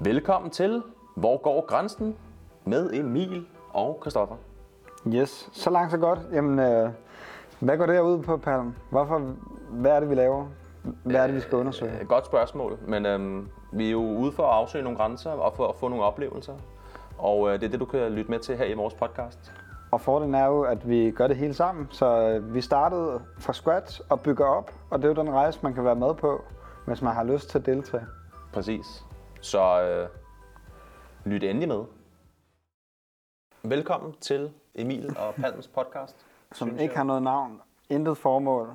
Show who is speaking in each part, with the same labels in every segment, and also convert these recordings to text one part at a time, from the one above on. Speaker 1: Velkommen til Hvor går grænsen? med Emil og Kristoffer.
Speaker 2: Yes, så langt så godt. Jamen, øh, hvad går det her ud på, Palm? Hvorfor, hvad er det, vi laver? Hvad er det, vi skal undersøge?
Speaker 1: Øh, Godt spørgsmål, men øhm, vi er jo ude for at afsøge nogle grænser og for at få nogle oplevelser. Og øh, det er det, du kan lytte med til her i vores podcast.
Speaker 2: Og fordelen er jo, at vi gør det hele sammen. Så øh, vi startede fra scratch og bygger op, og det er jo den rejse, man kan være med på, hvis man har lyst til at deltage.
Speaker 1: Præcis. Så øh, lyt endelig med. Velkommen til Emil og Palms podcast.
Speaker 2: Som
Speaker 1: synes
Speaker 2: ikke
Speaker 1: jeg.
Speaker 2: har noget navn, intet formål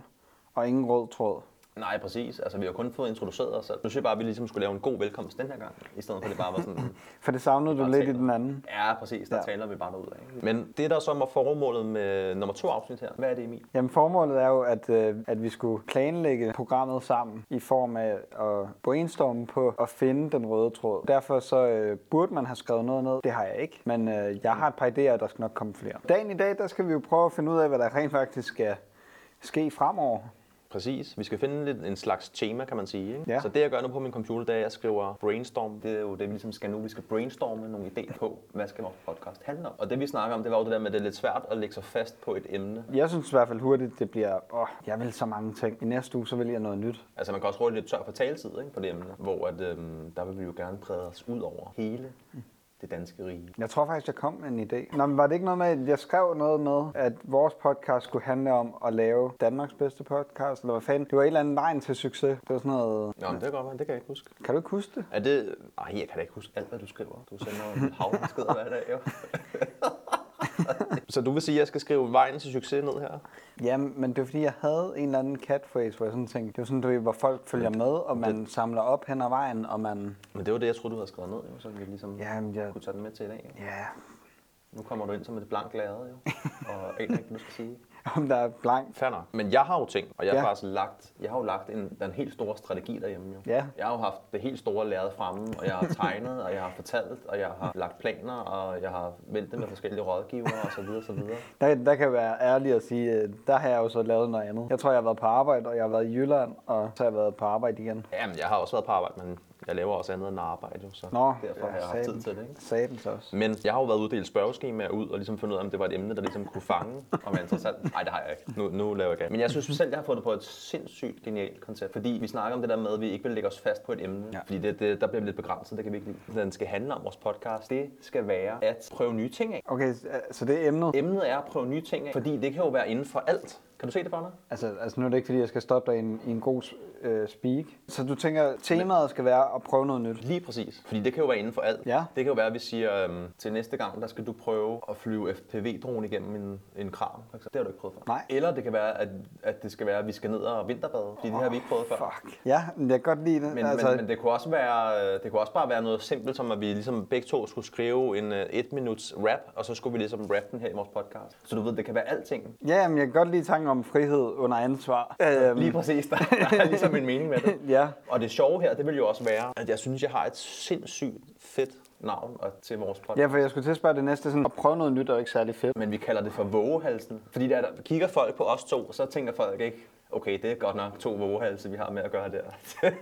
Speaker 2: og ingen rød tråd.
Speaker 1: Nej, præcis. Altså, vi har kun fået introduceret os selv. Nu synes jeg bare, at vi ligesom skulle lave en god velkomst den her gang, i stedet for at det bare var sådan
Speaker 2: For det savnede du
Speaker 1: Bare
Speaker 2: lidt i
Speaker 1: taler.
Speaker 2: den anden.
Speaker 1: Ja, præcis. Der ja.
Speaker 2: Ja.
Speaker 1: taler vi bare derud af. Men det, der så var formålet med nummer to afsnit her, hvad er det, Emil?
Speaker 2: Jamen formålet er jo, at, øh, at vi skulle planlægge programmet sammen i form af at brainstorme på at finde den røde tråd. Derfor så øh, burde man have skrevet noget ned. Det har jeg ikke, men øh, jeg har et par idéer, og der skal nok komme flere. Dagen i dag, der skal vi jo prøve at finde ud af, hvad der rent faktisk skal ske fremover.
Speaker 1: Præcis. Vi skal finde lidt en slags tema, kan man sige. Ikke?
Speaker 2: Ja.
Speaker 1: Så det, jeg gør nu på min computer, det er, at jeg skriver brainstorm. Det er jo det, vi ligesom skal nu. Vi skal brainstorme nogle idéer på, hvad skal vores podcast handle om. Og det, vi snakker om, det var jo det der med, at det er lidt svært at lægge sig fast på et emne.
Speaker 2: Jeg synes i hvert fald hurtigt, det bliver, åh, jeg vil så mange ting. I næste uge, så vil jeg noget nyt.
Speaker 1: Altså, man kan også hurtigt lidt tør for taletid ikke, på det emne, hvor at, øhm, der vil vi jo gerne brede os ud over hele det danske rige.
Speaker 2: Jeg tror faktisk, jeg kom med en idé. Nå, men var det ikke noget med, at jeg skrev noget med, at vores podcast skulle handle om at lave Danmarks bedste podcast, eller hvad fanden? Det var et eller andet vejen til succes. Det var sådan noget...
Speaker 1: Nå, men det kan godt være. Det kan jeg ikke huske.
Speaker 2: Kan du ikke huske det?
Speaker 1: Er det... Ej, jeg kan da ikke huske alt, hvad du skriver. Du sender en hav beskeder hver dag, jo. så du vil sige, at jeg skal skrive vejen til succes ned her?
Speaker 2: Ja, men det var fordi, jeg havde en eller anden catphrase, hvor jeg sådan tænkte, det var sådan, du ved, hvor folk følger med, og man samler op hen ad vejen, og man...
Speaker 1: Men det var det, jeg troede, du havde skrevet ned, jo, så vi ligesom
Speaker 2: Jamen, jeg...
Speaker 1: kunne tage den med til i dag. Jo.
Speaker 2: Ja,
Speaker 1: Nu kommer du ind som et blankt lærred, jo, og aner ikke, hvad du skal sige.
Speaker 2: om der er blank.
Speaker 1: Fair nok. Men jeg har jo ting, og jeg har
Speaker 2: Ja.
Speaker 1: faktisk lagt, jeg har jo lagt en, den helt store strategi derhjemme. Jo.
Speaker 2: Ja.
Speaker 1: Jeg har jo haft det helt store lærred fremme, og jeg har tegnet, og jeg har fortalt, og jeg har lagt planer, og jeg har ventet med forskellige rådgivere osv. Så videre, så videre.
Speaker 2: Der, der kan jeg være ærlig at sige, øh, der har jeg jo så lavet noget andet. Jeg tror, jeg har været på arbejde, og jeg har været i Jylland, og så har jeg været på arbejde igen.
Speaker 1: Jamen, jeg har også været på arbejde, men jeg laver også andet end arbejde, jo, så
Speaker 2: Nå,
Speaker 1: derfor har
Speaker 2: ja,
Speaker 1: jeg haft tid
Speaker 2: satan.
Speaker 1: til det. Ikke?
Speaker 2: Satans også.
Speaker 1: Men jeg har jo været uddelt spørgeskemaer ud og ligesom fundet ud af, om det var et emne, der ligesom kunne fange og være interessant. Nej, det har jeg ikke. Nu, nu laver jeg ikke. Men jeg synes selv, jeg har fundet på et sindssygt genialt koncept. Fordi vi snakker om det der med, at vi ikke vil lægge os fast på et emne. Ja.
Speaker 2: Ja.
Speaker 1: Fordi det, det, der bliver vi lidt begrænset, det kan vi ikke lide. Den skal handle om vores podcast. Det skal være at prøve nye ting af.
Speaker 2: Okay, så- øh, så det er emnet.
Speaker 1: Emnet er at prøve nye ting af, fordi det kan jo være inden for alt. Kan du se det for dig?
Speaker 2: Altså, altså nu er det ikke, fordi jeg skal stoppe dig i en, i en god øh, speak. Så du tænker, temaet skal være at prøve noget nyt?
Speaker 1: Lige præcis. Fordi det kan jo være inden for alt.
Speaker 2: Ja.
Speaker 1: Det kan jo være, at vi siger, øhm, til næste gang, der skal du prøve at flyve FPV-dronen igennem en, en kram. For eksempel. det har du ikke prøvet før.
Speaker 2: Nej.
Speaker 1: Eller det kan være, at, at det skal være, at vi skal ned og vinterbade. Fordi det har vi ikke prøvet før.
Speaker 2: Fuck. Ja, men jeg kan godt lide det.
Speaker 1: Men, altså... men, men, det, kunne også være, øh, det kunne også bare være noget simpelt, som at vi ligesom begge to skulle skrive en øh, et minuts rap, og så skulle vi ligesom rap den her i vores podcast. Så du ved, det kan være alting.
Speaker 2: Ja, men jeg kan godt lide tanken om frihed under ansvar. Øhm,
Speaker 1: Lige præcis, der, der er ligesom en mening med det.
Speaker 2: Ja.
Speaker 1: Og det sjove her, det vil jo også være, at jeg synes, jeg har et sindssygt fedt navn og- til vores podcast.
Speaker 2: Ja, for jeg skulle til at spørge det næste sådan, at prøve noget nyt er jo ikke særlig fedt.
Speaker 1: men vi kalder det for vågehalsen. Fordi der, der kigger folk på os to, så tænker folk ikke, okay, det er godt nok to vågehalse, vi har med at gøre der. det,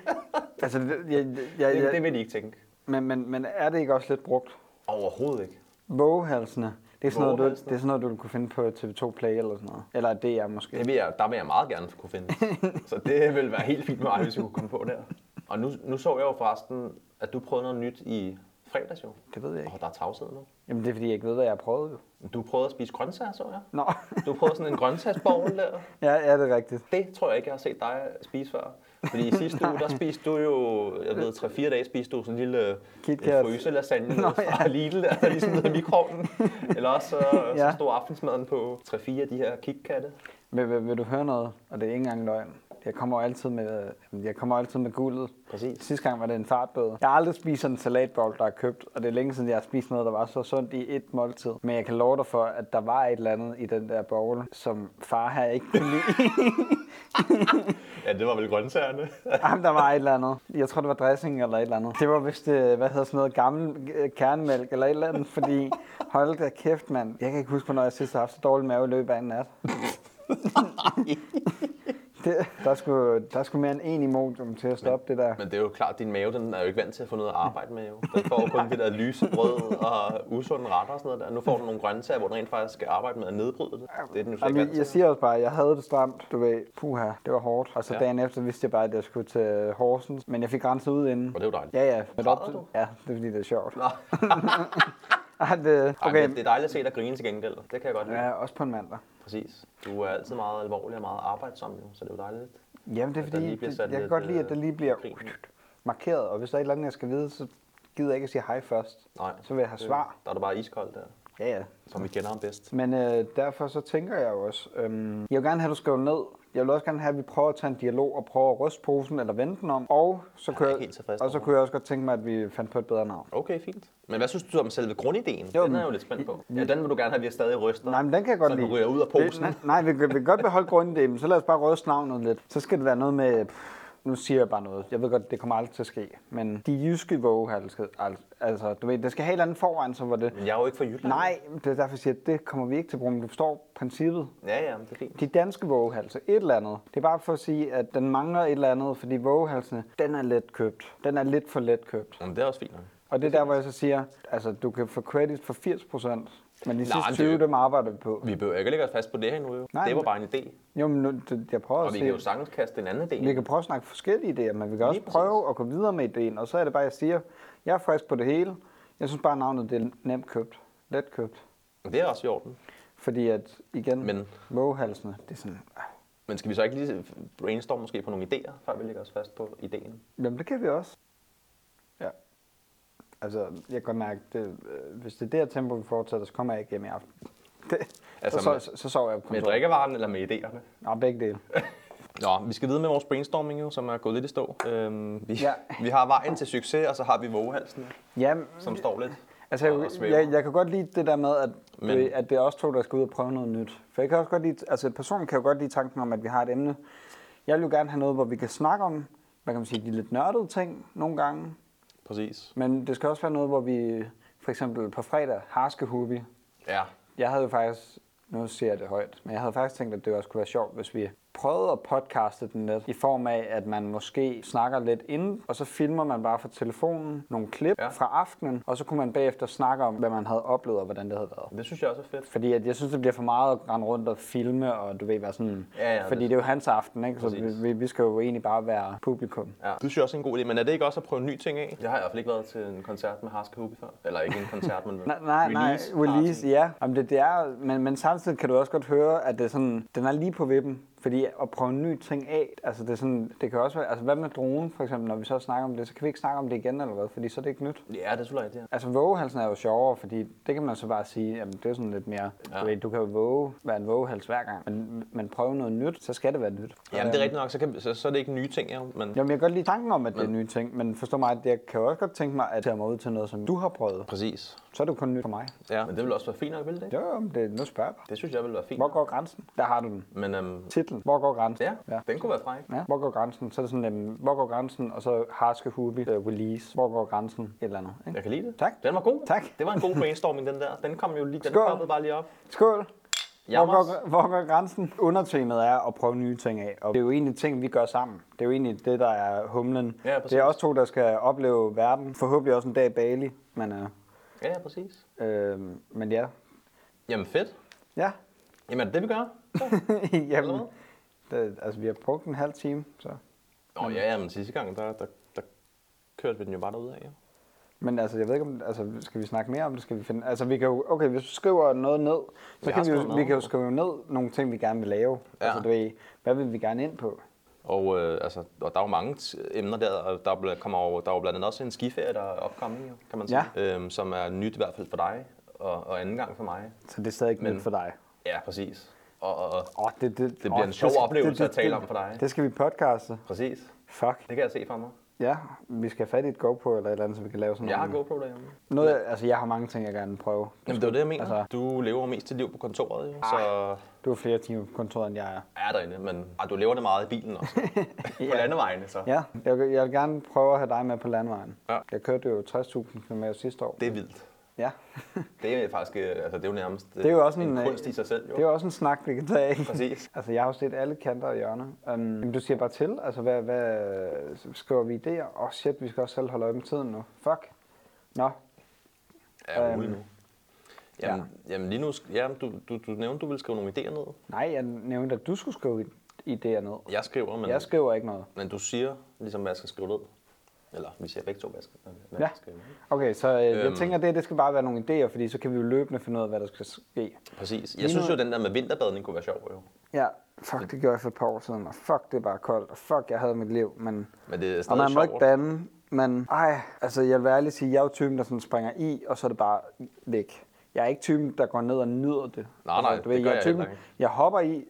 Speaker 2: Altså, det, jeg, jeg, jeg,
Speaker 1: det
Speaker 2: jeg,
Speaker 1: vil de ikke tænke.
Speaker 2: men, men, men er det ikke også lidt brugt?
Speaker 1: Overhovedet ikke.
Speaker 2: Vågehalsene. Det er, sådan noget, du, det
Speaker 1: Vågehalsene?
Speaker 2: er sådan noget, du ville kunne finde på TV2 Play eller sådan noget. Eller DR måske.
Speaker 1: Det vil jeg, der vil jeg meget gerne kunne finde. så det vil være helt fint med mig, hvis vi kunne komme på der. Og nu, nu så jeg jo forresten, at du prøvede noget nyt i fredags jo.
Speaker 2: Det ved jeg
Speaker 1: Åh,
Speaker 2: ikke.
Speaker 1: oh, der er tavshed nu.
Speaker 2: Jamen, det er fordi, jeg ikke ved, hvad jeg har prøvet jo.
Speaker 1: Du prøvede at spise grøntsager, så jeg.
Speaker 2: Nå.
Speaker 1: Du prøvede sådan en grøntsagsbowl der.
Speaker 2: ja, ja, det er rigtigt.
Speaker 1: Det tror jeg ikke, jeg har set dig spise før. Fordi i sidste uge, der spiste du jo, jeg ved, 3-4 dage spiste du sådan en lille
Speaker 2: Kit
Speaker 1: øh,
Speaker 2: Kat.
Speaker 1: fryselasagne
Speaker 2: Nå,
Speaker 1: fra ja. Lidl, der der lige smidt i mikroovnen. Eller også så, ja.
Speaker 2: Ja.
Speaker 1: så stod aftensmaden på 3-4 af de her kitkatte.
Speaker 2: Vil, vil, vil du høre noget? Og det er ikke engang løgn. Jeg kommer jo altid med, øh, jeg kommer altid med guldet.
Speaker 1: Præcis.
Speaker 2: Sidste gang var det en fartbøde. Jeg har aldrig spist sådan en salatbowl, der er købt, og det er længe siden, jeg har spist noget, der var så sundt i et måltid. Men jeg kan love dig for, at der var et eller andet i den der bowl, som far her ikke kunne lide.
Speaker 1: Ja, det var vel grøntsagerne.
Speaker 2: Jamen, der var et eller andet. Jeg tror, det var dressing eller et eller andet. Det var vist, øh, hvad hedder sådan noget, gammel øh, kernemælk eller et eller andet, fordi hold da kæft, mand. Jeg kan ikke huske, hvornår jeg sidst har haft så dårlig mave i løbet af en nat. Det, der, skulle, der skulle mere end en imodium til at stoppe det der.
Speaker 1: Men det er jo klart, din mave den er jo ikke vant til at få noget at arbejde med. Jo. Den får jo kun det der lyse brød og usunde retter og sådan noget der. Nu får du nogle grøntsager, hvor den rent faktisk skal arbejde med at nedbryde det. Det er den jo slet ikke vant
Speaker 2: Jamen,
Speaker 1: til.
Speaker 2: jeg siger også bare, at jeg havde det stramt, du ved, puha, det var hårdt. Og så
Speaker 1: Ja.
Speaker 2: ja. dagen efter vidste jeg bare, at jeg skulle til Horsens, men jeg fik renset ud inden.
Speaker 1: Og det er jo dejligt.
Speaker 2: Ja, ja. Men
Speaker 1: Græder du?
Speaker 2: Ja, det er fordi, det er sjovt.
Speaker 1: Nå,
Speaker 2: Ej, det,
Speaker 1: Ej,
Speaker 2: okay,
Speaker 1: men det er dejligt at se dig grine til gengæld. Det kan jeg godt lide.
Speaker 2: ja, også på en mandag.
Speaker 1: Præcis. Du er altid meget alvorlig og meget arbejdsom, jo, så det er jo dejligt.
Speaker 2: Jamen, det er
Speaker 1: At der
Speaker 2: fordi,
Speaker 1: lige bliver
Speaker 2: det,
Speaker 1: sat
Speaker 2: jeg kan
Speaker 1: lidt,
Speaker 2: godt lide, at
Speaker 1: øh,
Speaker 2: det lige bliver
Speaker 1: grin i.
Speaker 2: markeret. Og hvis der er et eller andet, jeg skal vide, så gider jeg ikke at sige hej først.
Speaker 1: Nej.
Speaker 2: Så vil jeg have
Speaker 1: det-
Speaker 2: svar.
Speaker 1: Der er du bare iskold der,
Speaker 2: Ja, ja.
Speaker 1: som vi kender ham bedst.
Speaker 2: Men øh, derfor så tænker jeg jo også, øhm, jeg vil gerne have, at du skriver ned. Jeg vil også gerne have, at vi prøver at tage en dialog og prøver at ryste posen eller vende den om. Og så,
Speaker 1: er
Speaker 2: kunne
Speaker 1: ikke helt tilfreds
Speaker 2: og så
Speaker 1: over.
Speaker 2: kunne jeg også godt tænke mig, at vi fandt på et bedre navn.
Speaker 1: Okay, fint. Men hvad synes du om selve grundideen?
Speaker 2: Jo,
Speaker 1: den er
Speaker 2: men-
Speaker 1: jeg jo lidt spændt på. Ja, den vil du gerne have, at vi stadig ryster.
Speaker 2: Nej, men den kan jeg godt
Speaker 1: så
Speaker 2: lide.
Speaker 1: Så ryger ud af posen.
Speaker 2: Det, nej, nej, vi, kan- vi kan godt beholde grundideen, så lad os bare ryste navnet lidt. Så skal det være noget med... Pff, nu siger jeg bare noget. Jeg ved godt, det kommer aldrig til at ske. Men de jyske vågehalske... Altså, du ved, det skal have en eller anden forvejen, så var det...
Speaker 1: Men jeg er jo ikke fra Jylland.
Speaker 2: Nej, det er derfor, jeg siger, at det kommer vi ikke til at bruge, men du forstår princippet.
Speaker 1: Ja, ja, men det er fint.
Speaker 2: De danske vågehalse, et eller andet. Det er bare for at sige, at den mangler et eller andet, fordi vågehalsene, den er let købt. Den er lidt for let købt.
Speaker 1: Jamen, det er også fint. nok.
Speaker 2: Og det er der, hvor jeg så siger, altså du kan få credit for 80 procent, men de sidste
Speaker 1: det-
Speaker 2: 20, dem arbejder vi på.
Speaker 1: Vi behøver ikke lægge os fast på det her nu, jo.
Speaker 2: Nej,
Speaker 1: det var
Speaker 2: men-
Speaker 1: bare en idé.
Speaker 2: Jo, men nu, det- jeg prøver
Speaker 1: Og
Speaker 2: at
Speaker 1: vi kan jo
Speaker 2: sige,
Speaker 1: sagtens kaste en anden idé.
Speaker 2: vi kan prøve at snakke forskellige idéer, men vi kan også
Speaker 1: Lige
Speaker 2: prøve at gå videre med ideen. Og så er det bare, jeg siger, jeg er frisk på det hele. Jeg synes bare, navnet det er nemt købt, let købt.
Speaker 1: Men Det er også i orden.
Speaker 2: Fordi at, igen,
Speaker 1: Men-
Speaker 2: men. vågehalsene, det er sådan, ah,
Speaker 1: Men skal vi så ikke lige brainstorme måske på nogle idéer, før vi lægger os fast på ideen?
Speaker 2: Jamen, det kan vi også. Ja. Altså, jeg kan godt mærke, det, øh, hvis det er det her tempo, vi fortsætter, så kommer jeg ikke hjem i aften. Det,
Speaker 1: Altså,
Speaker 2: altså, så,
Speaker 1: med-
Speaker 2: så, så, sover jeg på
Speaker 1: Med
Speaker 2: kontoret.
Speaker 1: drikkevaren eller med idéerne?
Speaker 2: Nå, begge dele.
Speaker 1: Nå, vi skal videre med vores brainstorming, jo, som er gået lidt i stå. Øhm, vi, ja.
Speaker 2: Ja.
Speaker 1: vi har vejen til succes, og så har vi vågehalsen,
Speaker 2: Ja,
Speaker 1: som står lidt.
Speaker 2: altså,
Speaker 1: og- og
Speaker 2: jeg,
Speaker 1: svæver.
Speaker 2: jeg, jeg kan godt lide det der med, at,
Speaker 1: Men-
Speaker 2: Men... at det er os to, der skal ud og prøve noget nyt. For jeg kan også godt lide, altså personen kan jo godt lide tanken om, at vi har et emne. Jeg vil jo gerne have noget, hvor vi kan snakke om, hvad kan man sige, de lidt nørdede ting nogle gange.
Speaker 1: Præcis.
Speaker 2: Men det skal også være noget, hvor vi for eksempel på fredag, harskehubi,
Speaker 1: Ja.
Speaker 2: Jeg havde jo faktisk, nu siger jeg det højt, men jeg havde faktisk tænkt, at det også kunne være sjovt, hvis vi prøvede at podcaste den lidt, i form af, at man måske snakker lidt inden, og så filmer man bare fra telefonen nogle klip
Speaker 1: Ja.
Speaker 2: ja. fra aftenen, og så kunne man bagefter snakke om, hvad man havde oplevet, og hvordan det havde været.
Speaker 1: Det synes jeg også er fedt.
Speaker 2: Fordi at jeg synes, det bliver for meget at rende rundt og filme, og du ved, være sådan...
Speaker 1: Ja, ja,
Speaker 2: fordi
Speaker 1: det-
Speaker 2: det, er jo hans aften, ikke? Så
Speaker 1: Præcis.
Speaker 2: vi, vi, skal jo egentlig bare være publikum.
Speaker 1: Ja. Det synes jeg også er en god idé, men er det ikke også at prøve en ny ting af? Jeg har i hvert fald ikke været til en koncert med Harske Hubi før. Eller ikke en koncert, men
Speaker 2: Nej, nej, release, nej, release
Speaker 1: Ah,
Speaker 2: ja. Jamen, det, det er, men, men samtidig kan du også godt høre, at det er sådan, den er lige på vippen. Fordi at prøve en ny ting af, altså det, er sådan, det kan også være, altså hvad med dronen for eksempel, når vi så snakker om det, så kan vi ikke snakke om det igen eller hvad, fordi så er det ikke nyt.
Speaker 1: party. Ja, det synes jeg rigtigt. ja.
Speaker 2: Altså vågehalsen er jo sjovere, fordi det kan man så bare sige, jamen det er sådan lidt mere,
Speaker 1: Ja.
Speaker 2: ja. du, ved, du kan jo våge, være en vågehals hver gang, men, men prøve noget nyt, så skal det være nyt.
Speaker 1: Jamen, det er rigtigt nok, så, kan, så, så er det ikke nye ting, ja. Men
Speaker 2: Jamen, jeg kan godt lide tanken om, at det er nye ting, men forstå mig, at jeg kan jo også godt tænke mig at tage mig ud til noget, som du har prøvet.
Speaker 1: præcis.
Speaker 2: Så er det jo kun nyt for mig.
Speaker 1: Ja, men det ville også være fint nok, ville det ikke?
Speaker 2: Jo, jo, men det, nu spørger jeg bare.
Speaker 1: Det synes jeg ville være fint.
Speaker 2: Hvor går grænsen? Der har du den.
Speaker 1: Men øhm,
Speaker 2: Titlen. Hvor går grænsen?
Speaker 1: ja, ja,
Speaker 2: ja.
Speaker 1: den kunne være fræk.
Speaker 2: ja. Hvor går grænsen? Så er det sådan, jamen, hvor går grænsen? Og så harske hubi, øh, release. Hvor går grænsen? Et eller andet. Ikke?
Speaker 1: Jeg kan lide det.
Speaker 2: Tak.
Speaker 1: Den var god.
Speaker 2: Tak.
Speaker 1: Det var en god brainstorming, den der. Den kom jo lige, den
Speaker 2: Skål.
Speaker 1: poppede bare lige op.
Speaker 2: Skål! Hvor
Speaker 1: Jammers.
Speaker 2: går, hvor går grænsen? Undertemaet er at prøve nye ting af, og det er jo egentlig ting, vi gør sammen. Det er jo egentlig det, der er humlen.
Speaker 1: Ja, præcis.
Speaker 2: det er også to, der skal opleve verden. Forhåbentlig også en dag i Bali, men, øh,
Speaker 1: Ja, ja, præcis.
Speaker 2: øh, men ja.
Speaker 1: Jamen fedt.
Speaker 2: Ja,
Speaker 1: Jamen er det det, vi gør?
Speaker 2: Jamen, det, altså vi har brugt en halv time, så...
Speaker 1: Nå ja, ja, men sidste gang, der, der, der kørte vi den jo bare derudad, ja.
Speaker 2: Men altså, jeg ved ikke, om, altså, skal vi snakke mere om det? Skal vi finde, altså, vi kan jo, okay, hvis du skriver noget ned,
Speaker 1: Vi
Speaker 2: så
Speaker 1: har
Speaker 2: kan vi, jo,
Speaker 1: skrevet
Speaker 2: vi
Speaker 1: noget
Speaker 2: kan jo
Speaker 1: ned.
Speaker 2: skrive ned nogle ting, vi gerne vil lave.
Speaker 1: Ja.
Speaker 2: Ja. Altså, du ved, hvad vil vi gerne ind på?
Speaker 1: Og, øh, altså, og der er jo mange t- emner der, og der, bl- kommer over, der er jo blandt andet også en skiferie, der er opkommet, jo, kan man sige, ja. øhm, som er nyt i hvert fald for dig, og, og anden gang for mig.
Speaker 2: Så det er stadig ikke
Speaker 1: Men-
Speaker 2: nyt for dig.
Speaker 1: Ja, præcis. Og, og, og
Speaker 2: Åh, det, det, det
Speaker 1: bliver en sjov oplevelse at tale om for dig.
Speaker 2: Det skal vi podcaste.
Speaker 1: præcis,
Speaker 2: Fuck.
Speaker 1: det kan jeg se for mig.
Speaker 2: Ja, vi skal have fat i et GoPro eller et eller andet, så vi kan lave sådan
Speaker 1: Jeg har
Speaker 2: nogle-
Speaker 1: GoPro derhjemme.
Speaker 2: noget. Altså, jeg har mange ting, jeg gerne vil prøve.
Speaker 1: Jamen, det er jo det, jeg mener. Altså.
Speaker 2: Altså-
Speaker 1: Du lever jo mest til liv på kontoret, jo, så
Speaker 2: Du er flere timer på kontoret, end jeg er.
Speaker 1: er derinde, men ah, du lever det meget i bilen også. På landevejene, så.
Speaker 2: Ja, jeg, vil- jeg vil gerne prøve at have dig med på landvejen.
Speaker 1: Ja.
Speaker 2: Jeg kørte jo 60.000 km sidste år.
Speaker 1: Det er vildt.
Speaker 2: Ja.
Speaker 1: Det er faktisk, øh, altså det er jo nærmest
Speaker 2: Det er jo også en, øh,
Speaker 1: kunst i sig selv, jo.
Speaker 2: Det er jo også en snak, vi kan tage. ikke?
Speaker 1: Præcis.
Speaker 2: Altså, jeg har jo set alle kanter og hjørner. Um, jamen, du siger bare til. Altså, hvad, hvad øh, skriver vi der? Åh, oh, shit, vi skal også selv holde øje med tiden nu. Fuck. Nå,
Speaker 1: Er
Speaker 2: Øhm,
Speaker 1: ude nu. Jamen, ja. jamen lige nu, sk- ja, du, du, du nævnte, du ville skrive nogle idéer ned.
Speaker 2: nej, jeg nævnte, at du skulle skrive idéer ned.
Speaker 1: Jeg skriver, men,
Speaker 2: Jeg skriver ikke noget.
Speaker 1: men du siger ligesom, hvad jeg skal skrive ned. Eller vi siger begge to, hvad jeg skal, hvad
Speaker 2: Ja.
Speaker 1: jeg skal skrive ned.
Speaker 2: Okay, så øh, jeg
Speaker 1: Øhm.
Speaker 2: tænker, det, det skal bare være nogle idéer, fordi så kan vi jo løbende finde ud af, hvad der skal ske.
Speaker 1: Præcis. Jeg
Speaker 2: Lige
Speaker 1: synes
Speaker 2: nu-
Speaker 1: jo, den der med vinterbadning kunne være sjov, jo.
Speaker 2: Ja, fuck, det gjorde jeg for et par år siden, og fuck, det er bare koldt, og fuck, jeg havde mit liv, men...
Speaker 1: Men det er
Speaker 2: Og
Speaker 1: stadig
Speaker 2: man må ikke
Speaker 1: sjovt.
Speaker 2: bande, men ej, altså jeg vil ærligt sige, jeg er jo typen, der sådan springer i, og så er det bare væk. Jeg er ikke typen, der går ned og nyder det.
Speaker 1: Nej,
Speaker 2: altså,
Speaker 1: nej, det gør
Speaker 2: er
Speaker 1: jeg
Speaker 2: typen,
Speaker 1: heller ikke.
Speaker 2: jeg hopper i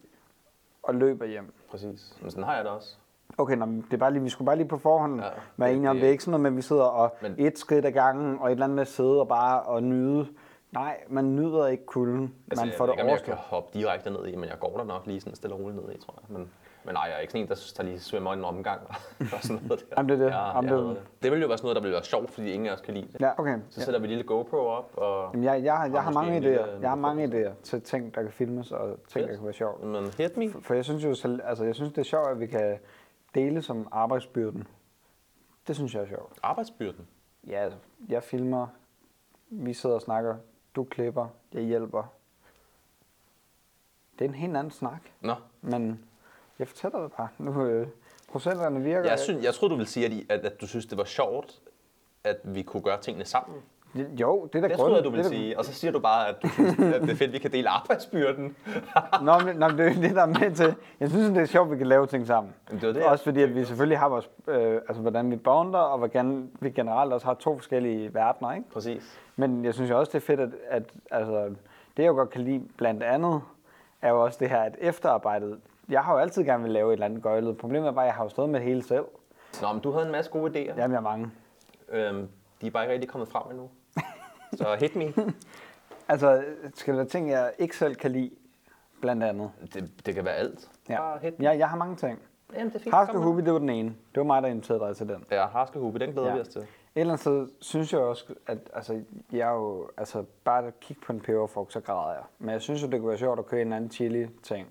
Speaker 2: og løber hjem.
Speaker 1: Præcis. Men sådan har jeg det også.
Speaker 2: Okay, nå, men det er bare lige, vi skulle bare lige på forhånd ja,
Speaker 1: Ja,
Speaker 2: være
Speaker 1: det-
Speaker 2: enige om, det,
Speaker 1: det-
Speaker 2: det er ikke sådan noget, men vi sidder og men,
Speaker 1: Men-
Speaker 2: et skridt ad gangen, og et eller andet med at sidde og bare og nyde. Nej, man nyder ikke kulden. Altså, man
Speaker 1: jeg
Speaker 2: får
Speaker 1: ved
Speaker 2: det
Speaker 1: ikke, om jeg kan
Speaker 2: overstået.
Speaker 1: hoppe direkte ned i, men jeg går der nok lige sådan stille og roligt ned i, tror jeg. Men, men nej, jeg er ikke sådan en, der, tager lige svømmer en omgang og sådan noget der.
Speaker 2: Jamen, det er det.
Speaker 1: Ja, jeg
Speaker 2: Jamen, det-
Speaker 1: hader det. det ville jo være sådan noget, der ville være sjovt, fordi ingen af os kan lide det.
Speaker 2: Ja, okay.
Speaker 1: Så sætter vi lille GoPro op, og
Speaker 2: Jamen, jeg, jeg, har- jeg har
Speaker 1: måske
Speaker 2: mange
Speaker 1: en lille-
Speaker 2: idéer. Jeg har mange idéer til ting, der kan filmes, og ting, der
Speaker 1: Fedt.
Speaker 2: kan være sjovt.
Speaker 1: men hit me.
Speaker 2: For jeg synes jo, selv- altså, jeg synes, det er sjovt, at vi kan dele som arbejdsbyrden. Det synes jeg er sjovt.
Speaker 1: Arbejdsbyrden.
Speaker 2: Ja, altså, jeg filmer, vi sidder og snakker, du klipper, jeg hjælper. Det er en helt anden snak,
Speaker 1: Nå,
Speaker 2: men jeg fortæller det bare. Nu, øh, procenterne virker.
Speaker 1: jeg, synes, jeg troede, du ville sige, at, I, at, at du synes, det var sjovt, at vi kunne gøre tingene sammen.
Speaker 2: Jo, det er da
Speaker 1: Det troede jeg, du
Speaker 2: det
Speaker 1: ville
Speaker 2: er da-
Speaker 1: sige. Og så siger du bare, at, du synes, at det er fedt, at vi kan dele arbejdsbyrden.
Speaker 2: Nå, men, nå, men det er jo det, der er med til. Jeg synes, det er sjovt, at vi kan lave ting sammen.
Speaker 1: Jamen, det var det, jeg
Speaker 2: også fordi, at vi selvfølgelig har vores, øh, altså, hvordan vi bonder, og hvordan vi generelt også har to forskellige verdener, ikke?
Speaker 1: Præcis.
Speaker 2: Men jeg synes jo også, det er fedt, at, at altså, det jeg jo godt kan lide blandt andet, er jo også det her, at efterarbejdet, jeg har jo altid gerne vil lave et eller andet gøjlet. Problemet er bare, at jeg har jo stået med det hele selv.
Speaker 1: Nå, men du havde en masse gode idéer.
Speaker 2: Jamen, jeg er mange.
Speaker 1: Øhm, de er bare ikke rigtig kommet frem endnu. Så hit me.
Speaker 2: Altså, skal der være ting, jeg ikke selv kan lide, blandt andet?
Speaker 1: Det, det kan være alt. Bare hit me.
Speaker 2: ja jeg har mange ting.
Speaker 1: Jamen, det er fint.
Speaker 2: Harske
Speaker 1: Kom
Speaker 2: Hubi, det var den ene. Det var mig, der inviterede dig til den.
Speaker 1: med. Ja, harske hube, den glæder ja. vi os til.
Speaker 2: Et eller andet sted synes jeg også, at altså, jeg er jo, altså, bare at kigge på en peberfrugt, så græder jeg. Men jeg synes jo, det kunne være sjovt at købe en anden chili-ting.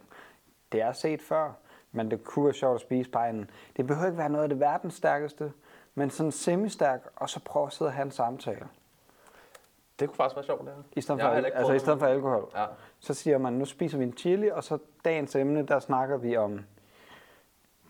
Speaker 2: Det er set før, men det kunne være sjovt at spise bare en. Det behøver ikke være noget af det verdens stærkeste, men sådan semistærk, og så prøve at sidde og have en samtale.
Speaker 1: Det kunne faktisk være sjovt, det her.
Speaker 2: I stedet,
Speaker 1: Jeg
Speaker 2: for,
Speaker 1: har heller ikke
Speaker 2: altså, i
Speaker 1: prøvet
Speaker 2: stedet for alkohol.
Speaker 1: Ja.
Speaker 2: Så siger man, nu spiser vi en chili, og så dagens emne, der snakker vi om...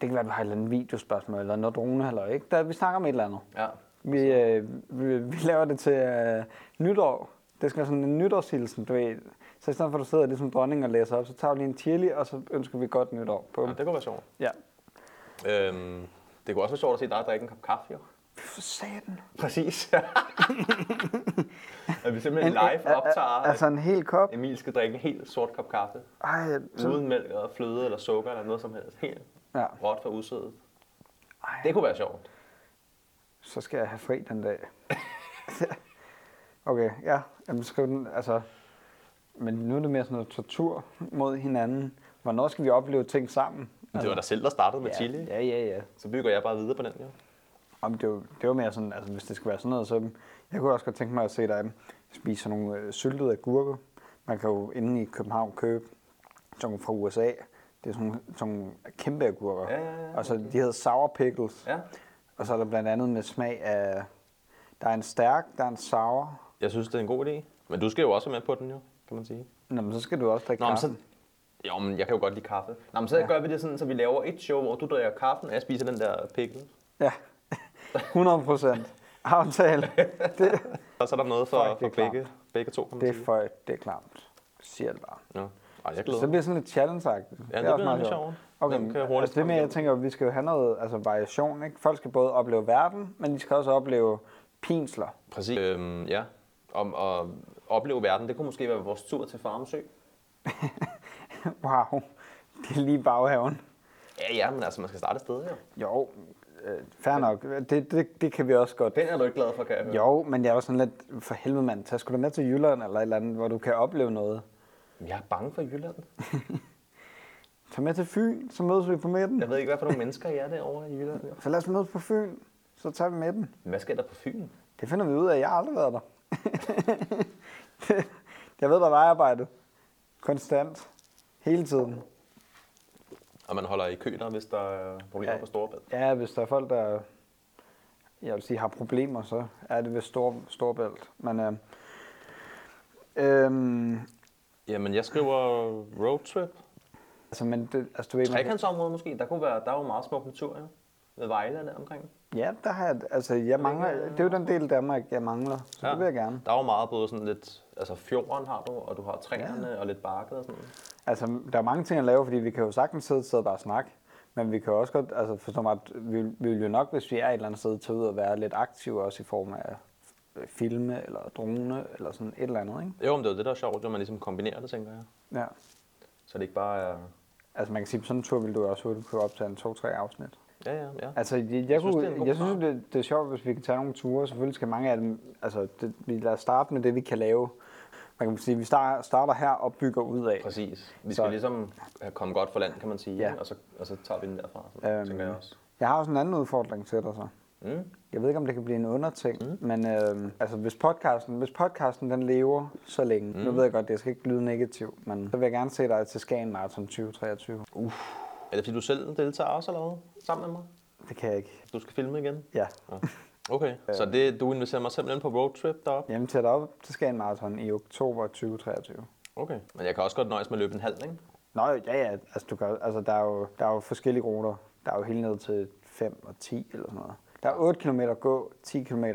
Speaker 2: Det kan være, at vi har et eller andet videospørgsmål, eller noget drone, eller ikke. Der, vi snakker om et eller andet.
Speaker 1: det. Ja.
Speaker 2: Vi, øh, vi, vi laver det til øh, nytår. Det skal være sådan en nytårshilsen, du ved. Så i stedet for, at du sidder ligesom dronning og læser op, så tager vi lige en chili, og så ønsker vi godt nytår. Bum.
Speaker 1: ja, det kunne være sjovt.
Speaker 2: Ja.
Speaker 1: Øhm, det kunne også være sjovt at se dig drikke en kop kaffe, jo.
Speaker 2: For satan.
Speaker 1: Præcis. at vi simpelthen
Speaker 2: a-
Speaker 1: live
Speaker 2: a-
Speaker 1: optager, at
Speaker 2: Altså en hel kop.
Speaker 1: Emil skal drikke en helt sort kop kaffe.
Speaker 2: Ej, så,
Speaker 1: Uden mælk eller fløde eller sukker eller noget som helst. Helt
Speaker 2: Ja.
Speaker 1: råt for usødet.
Speaker 2: Ej.
Speaker 1: Det kunne være sjovt.
Speaker 2: så skal jeg have fri den dag. okay, ja. Jamen, skriv den, altså... Men nu er det mere sådan noget tortur mod hinanden. Hvornår skal vi opleve ting sammen?
Speaker 1: Men det var dig selv, der startede med
Speaker 2: ja,
Speaker 1: chili.
Speaker 2: Ja, ja, ja.
Speaker 1: Så bygger jeg bare videre på den, jo.
Speaker 2: Om det, var, det var mere sådan, altså hvis det skal være sådan noget, så jeg kunne også godt tænke mig at se dig spise sådan nogle øh, syltede agurker. Man kan jo inde i København købe sådan nogle fra USA. Det er sådan, nogle- sådan nogle kæmpe agurker.
Speaker 1: Ja, ja, ja,
Speaker 2: og så de hedder sour pickles.
Speaker 1: Ja.
Speaker 2: Og så er der blandt andet med smag af, der er en stærk, der er en sour.
Speaker 1: Jeg synes, det er en god idé. Men du skal jo også være med på den, jo, kan man sige.
Speaker 2: Nå, men så skal du også drikke
Speaker 1: Nå, men
Speaker 2: kaffe.
Speaker 1: så... Jo, men jeg kan jo godt lide kaffe. Nå, men så ja. gør vi det sådan, så vi laver et show, hvor du drikker kaffen, og jeg spiser den der pickle.
Speaker 2: Ja, 100 procent. Aftale. Det,
Speaker 1: Og så er der noget for,
Speaker 2: Fuck, det
Speaker 1: for
Speaker 2: er klart.
Speaker 1: begge, begge to, kan man
Speaker 2: det er
Speaker 1: sige.
Speaker 2: for, det er klamt. Siger det bare.
Speaker 1: Ja. Ej, jeg
Speaker 2: Så
Speaker 1: glæder
Speaker 2: det
Speaker 1: mig.
Speaker 2: bliver sådan lidt challenge Ja, det,
Speaker 1: bliver nemlig sjovt.
Speaker 2: Okay,
Speaker 1: Den
Speaker 2: men,
Speaker 1: kan hurtigt
Speaker 2: altså, det
Speaker 1: komme
Speaker 2: med, jeg
Speaker 1: igennem.
Speaker 2: tænker, at vi skal jo have noget altså, variation. Ikke? Folk skal både opleve verden, men de skal også opleve pinsler.
Speaker 1: Præcis. Øhm, ja. Om at opleve verden, det kunne måske være vores tur til Farmsø.
Speaker 2: wow, det er lige i baghaven.
Speaker 1: Ja, ja, men altså, man skal starte et sted her.
Speaker 2: Jo, øh, fair nok. Det, det, det kan vi også godt.
Speaker 1: Den er du ikke glad for, kan jeg høre.
Speaker 2: Jo, men jeg er også sådan lidt, for helvede mand, tag sgu da med til Jylland eller et eller andet, hvor du kan opleve noget.
Speaker 1: Jeg er bange for Jylland.
Speaker 2: Tag med til Fyn, så mødes vi på midten.
Speaker 1: Jeg ved ikke, hvad for nogle mennesker I er derovre i Jylland.
Speaker 2: Så lad os mødes på Fyn, så tager vi midten.
Speaker 1: Hvad sker der på Fyn?
Speaker 2: Det finder vi ud af, jeg har aldrig været der. jeg ved, der var arbejde. Konstant. Hele tiden.
Speaker 1: Og man holder i kø der, hvis der er problemer
Speaker 2: Ja.
Speaker 1: på Storebælt.
Speaker 2: Ja, hvis der er folk, der jeg vil sige, har problemer, så er det ved stor, Storbælt. Men øh, øh,
Speaker 1: Jamen, jeg skriver roadtrip.
Speaker 2: altså, men det, altså, du ved, man kan-
Speaker 1: Trekantsområdet måske. Der, kunne være, der er jo meget smuk natur, ja. Ved Vejle og der omkring.
Speaker 2: Ja, der har jeg, altså, jeg mangler, det er jo den del af Danmark, jeg mangler, så ja. det vil jeg gerne.
Speaker 1: Der er jo meget både sådan lidt... Altså fjorden har du, og du har træerne og lidt barket og sådan noget.
Speaker 2: Altså, der er mange ting at lave, fordi vi kan jo sagtens sidde et sted og bare snakke, men vi kan jo også godt, altså forstå mig, ret, vi, vi vil jo nok, hvis vi er et eller andet sted, tage ud og være lidt aktive, også i form af øh, filme eller drone eller sådan et eller andet, ikke?
Speaker 1: Jo, men det er jo det, der er sjovt, når man ligesom kombinerer det, tænker jeg.
Speaker 2: Ja.
Speaker 1: Så det ikke bare er...
Speaker 2: Altså man kan sige, på sådan en tur ville du også hurtigt kunne optage en to-tre afsnit.
Speaker 1: Ja, ja, ja.
Speaker 2: Altså, jeg, jeg, jeg,
Speaker 1: synes,
Speaker 2: kunne,
Speaker 1: det er en
Speaker 2: synes,
Speaker 1: god
Speaker 2: jeg synes,
Speaker 1: start.
Speaker 2: jo, det, det er sjovt, hvis vi kan tage nogle ture. Selvfølgelig skal mange af dem... Altså, det, vi lader starte med det, vi kan lave. Man kan sige, at vi star- starter her og bygger ud af.
Speaker 1: Præcis. Vi skal
Speaker 2: Så-
Speaker 1: så... ligesom have- komme godt fra land, kan man sige.
Speaker 2: Ja.
Speaker 1: Ja. Og, så, og så tager vi den derfra, sådan,
Speaker 2: Øhm.
Speaker 1: øhm... tænker jeg også.
Speaker 2: Jeg har også en anden udfordring til dig så.
Speaker 1: Mm.
Speaker 2: Jeg ved ikke, om det kan blive en underting, mm. men øh, altså, hvis, podcasten, hvis podcasten den lever så længe, mm. nu ved jeg godt, det skal ikke lyde negativt, men så vil jeg gerne se dig til Skagen Marathon 2023.
Speaker 1: Er det fordi, du selv deltager også eller hvad? Sammen med mig?
Speaker 2: Det kan jeg ikke.
Speaker 1: Du skal filme igen?
Speaker 2: Ja. Øhm.
Speaker 1: Ja. Okay, så det, du inviterer mig simpelthen på roadtrip derop?
Speaker 2: Jamen, til dig op til Skagen Marathon i oktober 2023.
Speaker 1: Okay. Men jeg kan også godt nøjes med at løbe en halv, ikke?
Speaker 2: Nå jo, ja, ja. Altså, du kan, altså der, er jo, der er jo forskellige ruter. Der er jo helt ned til 5 og 10 eller sådan noget. Der er 8 km gå, 10 km. Oh,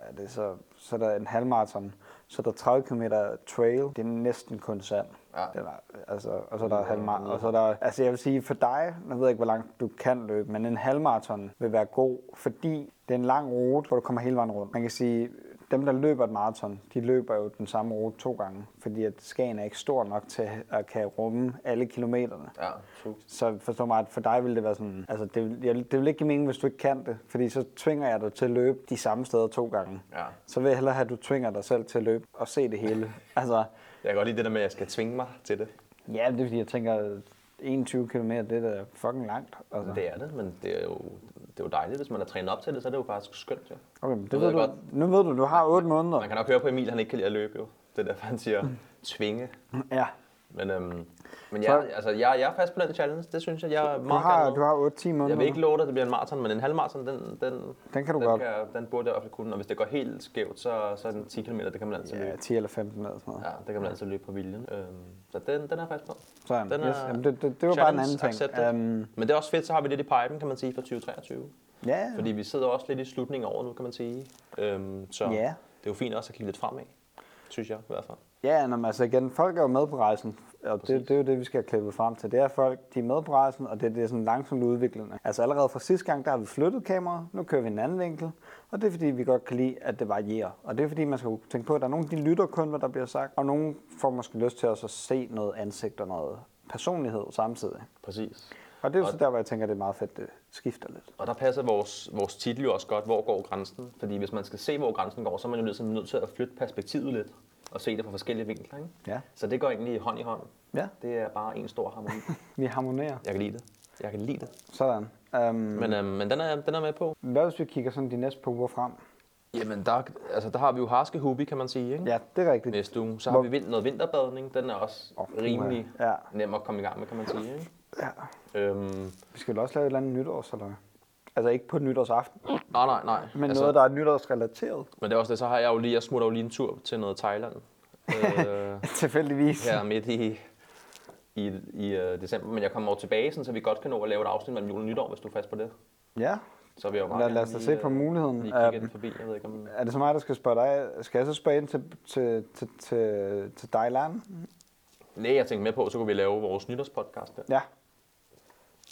Speaker 2: er det så, så er der en halvmarathon. Så er der 30 km trail. Det er næsten kun sand.
Speaker 1: Ja.
Speaker 2: Det er, altså, og så er der halvmarathon. Og så er der, altså jeg vil sige, for dig, jeg ved ikke, hvor langt du kan løbe, men en halvmarathon vil være god, fordi det er en lang rute, hvor du kommer hele vejen rundt. Man kan sige, dem, der løber et maraton, de løber jo den samme rute to gange, fordi at Skagen er ikke stor nok til at kan rumme alle kilometerne.
Speaker 1: Ja, true.
Speaker 2: Så forstår mig, at for dig ville det være sådan, altså det, vil- jeg, det vil ikke give mening, hvis du ikke kan det, fordi så tvinger jeg dig til at løbe de samme steder to gange.
Speaker 1: Ja.
Speaker 2: Så vil jeg hellere have, at du tvinger dig selv til at løbe og se det hele. altså,
Speaker 1: Jeg kan godt lide det der med, at jeg skal tvinge mig til det.
Speaker 2: ja, det er fordi, jeg tænker, 21 km, det er da fucking langt. Altså.
Speaker 1: Det er det, men det er jo, det er jo dejligt. Hvis man er trænet op til det, så er det jo faktisk skønt, jo.
Speaker 2: Okay, men det
Speaker 1: ved
Speaker 2: ved
Speaker 1: jeg
Speaker 2: du,
Speaker 1: godt.
Speaker 2: nu ved du, du har 8 måneder.
Speaker 1: Man kan nok høre på Emil, han ikke kan lide at løbe, jo. Det er derfor, han siger
Speaker 2: Mm.
Speaker 1: tvinge.
Speaker 2: Ja,
Speaker 1: Men, øhm, men jeg, altså, jeg, jeg er fast på den challenge. Det synes jeg, jeg er
Speaker 2: du
Speaker 1: meget
Speaker 2: har,
Speaker 1: gerne med.
Speaker 2: du har 8-10 måneder.
Speaker 1: Jeg vil ikke love dig, at det bliver en maraton, men en halvmaraton, den, den,
Speaker 2: Den kan du
Speaker 1: den
Speaker 2: godt.
Speaker 1: Kan, den burde jeg i hvert fald kunne. Og hvis det går helt skævt, så, så er den 10 km, det kan man altid
Speaker 2: Ja,
Speaker 1: løbe.
Speaker 2: 10 eller 15 eller sådan noget.
Speaker 1: Ja, det kan man altid løbe på viljen. Øhm, så den, den er jeg faktisk på.
Speaker 2: Sådan,
Speaker 1: Den
Speaker 2: yes. Jamen, det- det- det var bare en anden
Speaker 1: challenge
Speaker 2: ting.
Speaker 1: accepted.
Speaker 2: Øhm.
Speaker 1: Men det er også fedt, så har vi lidt i pipen, kan man sige, for 2023.
Speaker 2: Ja,
Speaker 1: Fordi vi sidder også lidt i slutningen af året nu, kan man sige. Øhm, så
Speaker 2: Ja.
Speaker 1: det er jo fint også at kigge lidt fremad, synes jeg i hvert fald.
Speaker 2: ja nå, men altså igen, folk er jo med på rejsen, og det, det, er jo det, vi skal have klippet frem til. Det er folk, de er med på rejsen, og det, det er sådan langsomt udviklende. Altså allerede fra sidste gang, der har vi flyttet kameraet, nu kører vi en anden vinkel, og det er fordi, vi godt kan lide, at det varierer. Og det er fordi, man skal jo tænke på, at der er nogen, de lytter kun, hvad der bliver sagt, og nogen får måske lyst til også at se noget ansigt og noget personlighed samtidig.
Speaker 1: Præcis.
Speaker 2: Og det er jo så der, hvor jeg tænker, det er meget fedt, det skifter lidt.
Speaker 1: Og der passer vores, vores titel jo også godt, hvor går grænsen? Fordi hvis man skal se, hvor grænsen går, så er man jo ligesom nødt til at flytte perspektivet lidt og se det fra forskellige vinkler. Ikke?
Speaker 2: Ja.
Speaker 1: Så det går egentlig hånd i hånd.
Speaker 2: Ja.
Speaker 1: Det er bare en stor harmoni.
Speaker 2: Vi harmonerer.
Speaker 1: Jeg kan lide det. Jeg kan lide det.
Speaker 2: Sådan. Um,
Speaker 1: Men, øhm, men den, er, den er med på.
Speaker 2: hvad hvis vi kigger sådan de næste par uger frem?
Speaker 1: Jamen, der, altså, der har vi jo harske hubi, kan man sige. Ikke?
Speaker 2: Ja, det er rigtigt.
Speaker 1: Næste uge. Så har
Speaker 2: Hvor-
Speaker 1: vi vind, noget vinterbadning. Den er også
Speaker 2: Åh, puha.
Speaker 1: rimelig
Speaker 2: Ja.
Speaker 1: nem at komme i gang med, kan man sige. Ikke?
Speaker 2: Ja.
Speaker 1: Øhm,
Speaker 2: Vi skal vel også lave et eller andet nytårsaløj. Altså ikke på nytårsaften,
Speaker 1: nej, nej, nej.
Speaker 2: men altså, noget, der er nytårsrelateret.
Speaker 1: men det er også det, så har jeg jo lige, jeg smutter jo lige en tur til noget Thailand. øh,
Speaker 2: Tilfældigvis.
Speaker 1: her midt i, i, i uh, december. Men jeg kommer over tilbage, sådan, så vi godt kan nå at lave et afsnit mellem jul og nytår, hvis du er fast på det.
Speaker 2: ja.
Speaker 1: Så vil jeg jo meget
Speaker 2: Lad,
Speaker 1: gerne
Speaker 2: lad os da
Speaker 1: lige,
Speaker 2: se på
Speaker 1: øh,
Speaker 2: muligheden.
Speaker 1: Lige kigge
Speaker 2: Øhm,
Speaker 1: den forbi, jeg ved ikke om...
Speaker 2: er det så mig, der skal spørge dig? Skal jeg så spørge ind til, til, til, til, til dig, Lan?
Speaker 1: Nej, jeg tænkte med på, så kunne vi lave vores nytårspodcast der.
Speaker 2: Ja.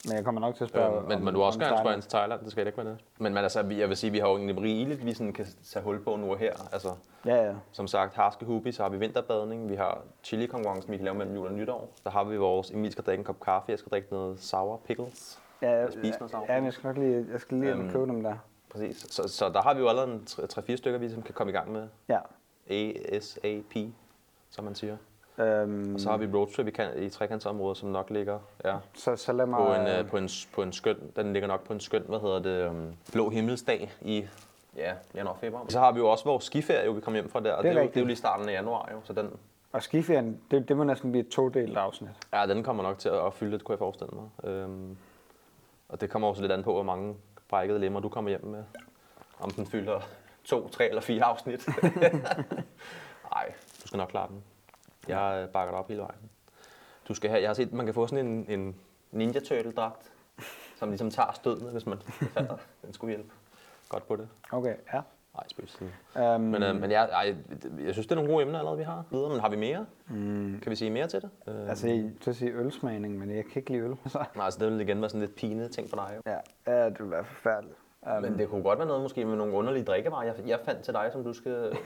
Speaker 2: Men jeg kommer nok til at spørge
Speaker 1: Øhm, men, men du er også
Speaker 2: om
Speaker 1: gerne
Speaker 2: Thailand.
Speaker 1: spørge ind til Thailand, det skal jeg ikke være det. Men, men altså, vi- jeg vil sige, vi har jo egentlig rigeligt, vi sådan kan tage hul på nu og her. Altså,
Speaker 2: Ja, ja.
Speaker 1: som sagt, harske hubi, så har vi vinterbadning, vi har chili-konkurrencen, vi kan lave mellem jul og nytår. Der har vi vores, Emil skal drikke en kop kaffe, jeg skal drikke noget sour pickles.
Speaker 2: Ja,
Speaker 1: Og spise noget
Speaker 2: ja, men jeg skal nok lige, jeg skal lige øhm,
Speaker 1: Øhm,
Speaker 2: købe dem der.
Speaker 1: Præcis. Så, så der har vi jo allerede en 3-4 stykker, vi ligesom kan komme i gang med.
Speaker 2: Ja.
Speaker 1: ASAP, som man siger.
Speaker 2: Øhm,
Speaker 1: Og så har vi roadtrip i, kan- i trekantsområdet, som nok ligger ja,
Speaker 2: så, så lad mig...
Speaker 1: øh, på, en, øh, på, en, s- på en skøn, den ligger nok på en skøn, hvad hedder det, øhm, blå himmelsdag i Ja, januar, februar. Så har vi jo også vores skiferie, jo, vi kom hjem fra der, og
Speaker 2: Det
Speaker 1: det
Speaker 2: er
Speaker 1: er, jo,
Speaker 2: rigtigt.
Speaker 1: det er jo lige starten af januar, jo, så den,
Speaker 2: Og skiferien, det, det må næsten blive et todelt afsnit.
Speaker 1: ja, den kommer nok til at fylde lidt, kunne jeg forestille mig. Øhm, og det kommer også lidt an på, hvor mange brækkede lemmer du kommer hjem med. Om den fylder to, tre eller fire afsnit. Nej, du skal nok klare den. Jeg øh, bakker dig op hele vejen. Du skal have, jeg har set, man kan få sådan en, en Ninja Turtle-dragt, som ligesom tager stødene, hvis man falder. Den skulle hjælpe godt på det.
Speaker 2: Okay, ja.
Speaker 1: Nej, spøjs.
Speaker 2: Um,
Speaker 1: Men, øh, men jeg, ej, jeg synes, det er nogle gode emner allerede, vi har. Videre, men har vi mere? Mm. Kan vi sige mere til det? Øh,
Speaker 2: altså, jeg skulle sige ølsmagning, men jeg kan ikke lide øl. Så.
Speaker 1: nej, altså, det ville igen være sådan lidt pinede ting for dig. Jo.
Speaker 2: Ja, ja, det ville være forfærdeligt. Um,
Speaker 1: Men det kunne godt være noget måske med nogle underlige drikkevarer, jeg, jeg fandt til dig, som du skal,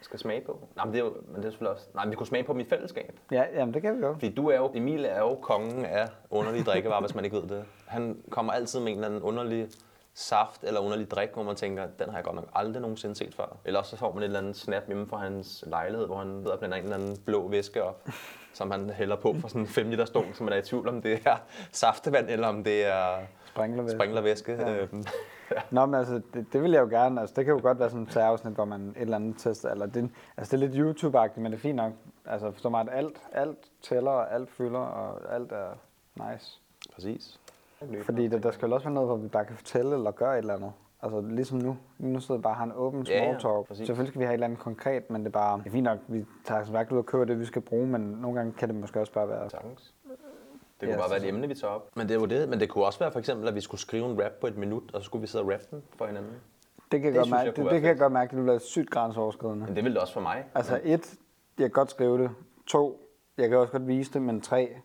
Speaker 1: skal smage på. Nej, men det er jo men det er selvfølgelig også... Nej, men vi kunne smage på dem i fællesskab.
Speaker 2: ja, jamen, det kan vi jo.
Speaker 1: Fordi du er jo... Emil er jo kongen af underlige drikkevarer, hvis man ikke ved det. Han kommer altid med en eller anden underlig saft eller underlig drik, hvor man tænker, den har jeg godt nok aldrig nogensinde set før. Eller også så får man et eller andet snap hjemme fra hans lejlighed, hvor han ved at blande en eller anden blå væske op, som han hælder på fra sådan en 5 liter stol, som man er i tvivl om det er saftevand, eller om det er
Speaker 2: Sprinklervæske.
Speaker 1: sprinklervæske.
Speaker 2: Ja.
Speaker 1: Ja. ja.
Speaker 2: Nå, men altså, det, det vil jeg jo gerne. Altså, det kan jo godt være sådan et særafsnit, hvor man et eller andet tester. Eller det, altså, det er lidt YouTube-agtigt, men det er fint nok. Altså, forstå mig, at alt, alt tæller, og alt fylder, og alt er nice.
Speaker 1: Præcis.
Speaker 2: Fordi der, der skal jo også være noget, hvor vi bare kan fortælle eller gøre et eller andet. Altså ligesom nu. Nu sidder vi bare og har en åben
Speaker 1: Ja, ja,
Speaker 2: small talk.
Speaker 1: præcis.
Speaker 2: Selvfølgelig skal vi have et eller andet konkret, men det er bare... Det er fint nok, vi tager som sagt ud og køber det, vi skal bruge, men nogle gange kan det måske også bare være...
Speaker 1: Sagtens. Det kunne
Speaker 2: Ja,
Speaker 1: bare være
Speaker 2: så-
Speaker 1: et emne, vi tager op. Men det, er jo det. Men det kunne også være for eksempel, at vi skulle skrive en rap på et minut, og så skulle vi sidde og rappe den for hinanden.
Speaker 2: Det kan jeg,
Speaker 1: Det
Speaker 2: godt
Speaker 1: synes
Speaker 2: mærke,
Speaker 1: jeg
Speaker 2: det,
Speaker 1: kunne
Speaker 2: det
Speaker 1: være
Speaker 2: kan jeg
Speaker 1: fedt.
Speaker 2: godt mærke, det ville være sygt grænseoverskridende.
Speaker 1: Men det ville det også for mig.
Speaker 2: Altså et, jeg kan godt skrive det. To, jeg kan også godt vise det. Men tre,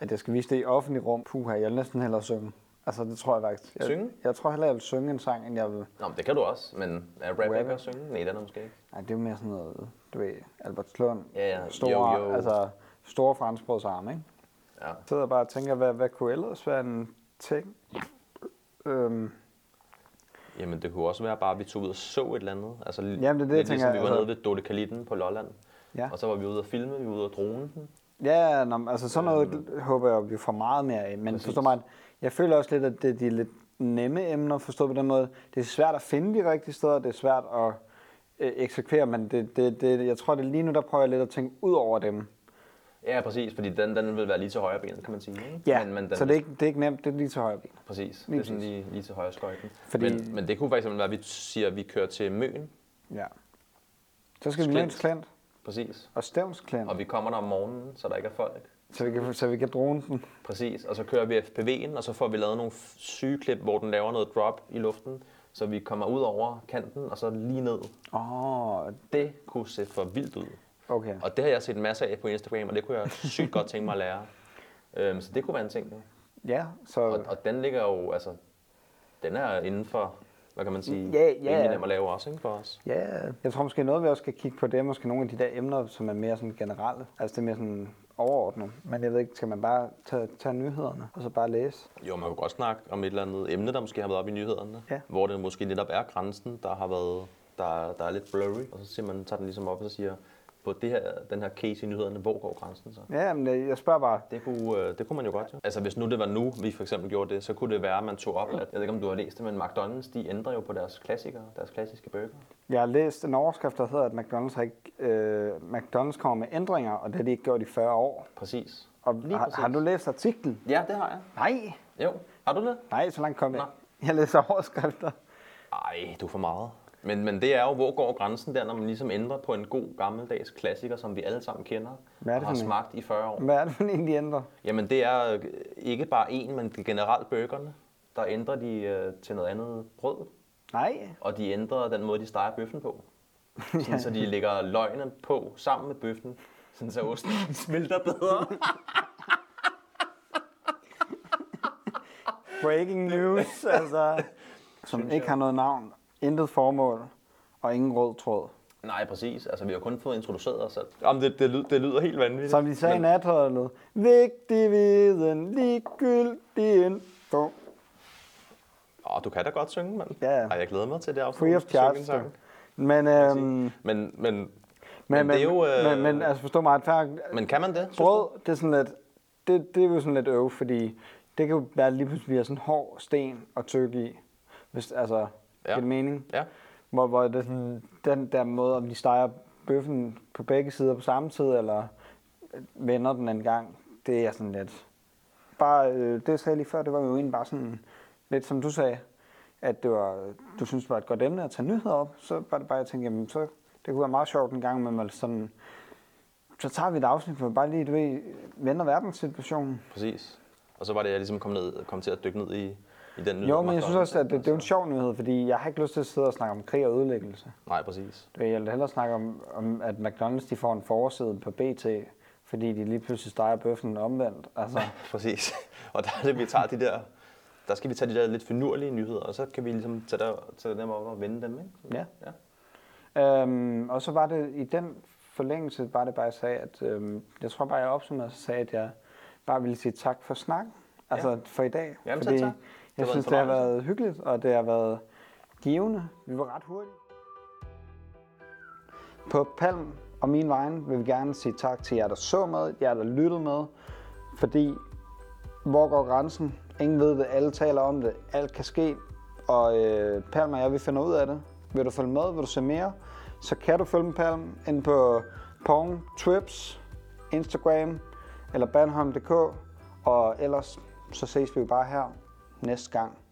Speaker 2: at jeg skal vise det i offentlig rum. Puha, jeg vil næsten hellere synge. Altså det tror jeg faktisk. Jeg,
Speaker 1: Synge?
Speaker 2: Jeg tror hellere, jeg vil synge en sang, end jeg vil...
Speaker 1: Nå, men det kan du også, men er rap
Speaker 2: Rappe?
Speaker 1: ikke også synge? Nej, den er måske ikke.
Speaker 2: Nej, det er jo mere sådan noget, du ved, Albertslund.
Speaker 1: Ja, ja.
Speaker 2: Store,
Speaker 1: Jo, jo.
Speaker 2: Altså, store franskbrødsarme, ikke?
Speaker 1: Ja.
Speaker 2: Jeg sidder bare og tænker, hvad, hvad kunne ellers være en ting? Øhm,
Speaker 1: Jamen, det kunne også være bare, at vi tog ud og så et eller andet. Altså, Jamen,
Speaker 2: det er det, jeg
Speaker 1: lidt
Speaker 2: tænker,
Speaker 1: ligesom, vi var
Speaker 2: altså-
Speaker 1: nede ved Dorte Kalitten på Lolland.
Speaker 2: Ja.
Speaker 1: Og så var vi ude og filme, vi var ude og drone den.
Speaker 2: Ja, nå, men altså sådan noget håber jeg, vi får meget mere af. Men
Speaker 1: Præcis.
Speaker 2: forstå mig, at jeg føler også lidt, at det, de er lidt nemme emner, forstået på den måde. Det er svært at finde de rigtige steder, det er svært at øh, eksekvere, men det, det, det, jeg tror, det er lige nu, der prøver jeg lidt at tænke ud over dem.
Speaker 1: Ja, præcis, fordi den, den vil være lige til højre benet, kan man sige. ikke?
Speaker 2: Ja,
Speaker 1: men, men den,
Speaker 2: så det er, ikke, det er ikke nemt, det er lige til højre ben.
Speaker 1: Præcis,
Speaker 2: Lige
Speaker 1: det er sådan lige, lige til højre skøjten.
Speaker 2: Fordi-
Speaker 1: Fordi... Men, men det kunne for eksempel være, at vi siger, at vi kører til Møn.
Speaker 2: Ja. Så skal vi
Speaker 1: Sklint.
Speaker 2: mødes klint
Speaker 1: Præcis.
Speaker 2: og stævns klint,
Speaker 1: Og vi kommer der om morgenen, så der ikke er folk.
Speaker 2: så, vi kan, så vi kan drone den.
Speaker 1: Præcis, og så kører vi FPV'en, og så får vi lavet nogle f- syge klip, hvor den laver noget drop i luften, så vi kommer ud over kanten, og så lige ned.
Speaker 2: Åh, oh,
Speaker 1: Det kunne se for vildt ud.
Speaker 2: okay.
Speaker 1: Og det har jeg set masser af på Instagram, og det kunne jeg sygt godt tænke mig at lære. Øhm, så det kunne være en ting. jo.
Speaker 2: Ja, så...
Speaker 1: Og, og den ligger jo, altså, den er inden for, hvad kan man sige,
Speaker 2: Ja, ja.
Speaker 1: rimelig nem at lave også, ikke for os?
Speaker 2: Ja, jeg tror måske noget, vi også skal kigge på, det er måske nogle af de der emner, som er mere sådan generelle. Altså det er mere sådan overordnet. Men jeg ved ikke, skal man bare tage, tage nyhederne og så bare læse?
Speaker 1: Jo, man kunne godt snakke om et eller andet emne, der måske har været op i nyhederne,
Speaker 2: Ja.
Speaker 1: hvor det måske netop er grænsen, der har været, der, der er lidt blurry, og så siger man, tager den ligesom op og så siger, på det her, den her case i nyhederne, hvor går grænsen så?
Speaker 2: Ja, men jeg jeg spørger bare.
Speaker 1: Det kunne, øh, det kunne man jo godt, jo. Altså, hvis nu det var nu, vi for eksempel gjorde det, så kunne det være, at man tog op, at, jeg ved ikke, om du har læst det, men McDonald's, de ændrer jo på deres klassikere, deres klassiske burger.
Speaker 2: Jeg har læst en overskrift, der hedder, at McDonald's, har ikke, øh, McDonald's kommer med ændringer, og det har de ikke gjort i 40 år.
Speaker 1: Præcis.
Speaker 2: Og har, har, du læst artiklen?
Speaker 1: Ja, det har jeg.
Speaker 2: Nej,
Speaker 1: Jo. Har du det?
Speaker 2: nej, så langt kom jeg.
Speaker 1: Nå.
Speaker 2: ikke. Jeg læser overskrifter.
Speaker 1: Ej, du er for meget. Men, men det er jo, hvor går grænsen der, når man ligesom ændrer på en god gammeldags klassiker, som vi alle sammen kender,
Speaker 2: Hvad er det
Speaker 1: og har
Speaker 2: for en?
Speaker 1: smagt i 40 år.
Speaker 2: Hvad er det for en, de ændrer?
Speaker 1: Jamen det er øh, ikke bare en, men det er generelt burgerne. Der ændrer de øh, til noget andet brød,
Speaker 2: Nej,
Speaker 1: og de ændrer den måde, de steger bøffen på. Sådan, så de lægger løgnen på sammen med bøffen, sådan så osten smelter bedre.
Speaker 2: breaking news, altså. Som ikke har noget navn, intet formål og ingen rød tråd.
Speaker 1: Nej, præcis. Altså, vi har kun fået introduceret os selv. Jamen, det, det, lyder, det lyder helt vanvittigt.
Speaker 2: Som de sagde i
Speaker 1: Men-
Speaker 2: natholdet. Vigtig viden, ligegyldig info.
Speaker 1: Åh, du kan da godt synge, mand.
Speaker 2: Ja, ja.
Speaker 1: Ej, jeg glæder mig til det afsnit.
Speaker 2: Free
Speaker 1: hvor
Speaker 2: of
Speaker 1: du skal synge
Speaker 2: charge.
Speaker 1: en sang.
Speaker 2: du. Men, øhm, men,
Speaker 1: Men, men, men,
Speaker 2: men,
Speaker 1: det er jo... Øh,
Speaker 2: men, men, altså forstå mig ret færdigt.
Speaker 1: men kan man det? synes du?
Speaker 2: Brød, det er sådan lidt, det, det er jo sådan lidt øv, fordi det kan jo være lige pludselig bliver sådan en hård sten og tykke i. Hvis, altså, ja.
Speaker 1: Ja.
Speaker 2: det mening.
Speaker 1: Ja.
Speaker 2: Hvor, hvor det sådan, den der måde, om de steger bøffen på begge sider på samme tid, eller vender den en gang, det er sådan lidt... Bare, øh, det jeg sagde lige før, det var jo egentlig bare sådan lidt som du sagde, at det var, du synes det var et godt emne at tage nyheder op, så var det bare, jeg tænkte, jamen, så, det kunne være meget sjovt en gang, men sådan, så tager vi et afsnit, hvor vi bare lige, du ved, vender verdenssituationen.
Speaker 1: Præcis. Og så var det, jeg ligesom kom, ned, kom til at dykke ned i, i den nyhed.
Speaker 2: Jo,
Speaker 1: om
Speaker 2: men jeg synes
Speaker 1: aftenen,
Speaker 2: også, at det, det er jo en
Speaker 1: altså.
Speaker 2: sjov nyhed, fordi jeg har ikke lyst til at sidde og snakke om krig og ødelæggelse.
Speaker 1: Nej, præcis.
Speaker 2: Du ved, Jeg vil hellere snakke om, om at McDonald's de får en forside på BT, fordi de lige pludselig steger bøffen omvendt. Altså,
Speaker 1: Præcis. Og der er det, vi tager de der... Der skal vi tage de der lidt finurlige nyheder, og så kan vi ligesom tage, der, tage dem op og vende dem, ikke?
Speaker 2: ja.
Speaker 1: Ja.
Speaker 2: Øhm, og så var det i den forlængelse, var det bare, jeg sagde, at øhm, jeg tror bare, jeg opsummerede, så sagde, at jeg bare ville sige tak for snak. Altså ja. for i dag.
Speaker 1: Jamen, selv
Speaker 2: fordi
Speaker 1: tak. Det
Speaker 2: Jeg
Speaker 1: var en
Speaker 2: synes, det har
Speaker 1: fornøjelse.
Speaker 2: været hyggeligt, og det har været givende. Vi var ret hurtige. På Palm og min vejen vil vi gerne sige tak til jer, der så med, jer, der lyttede med, fordi hvor går grænsen? Ingen ved det, alle taler om det, alt kan ske, og øh, Palm og jeg, vi finder ud af det. Vil du følge med, vil du se mere, så kan du følge med Palm ind på Pong Trips, Instagram eller Banholm.dk, og ellers så ses vi jo bare her næste gang.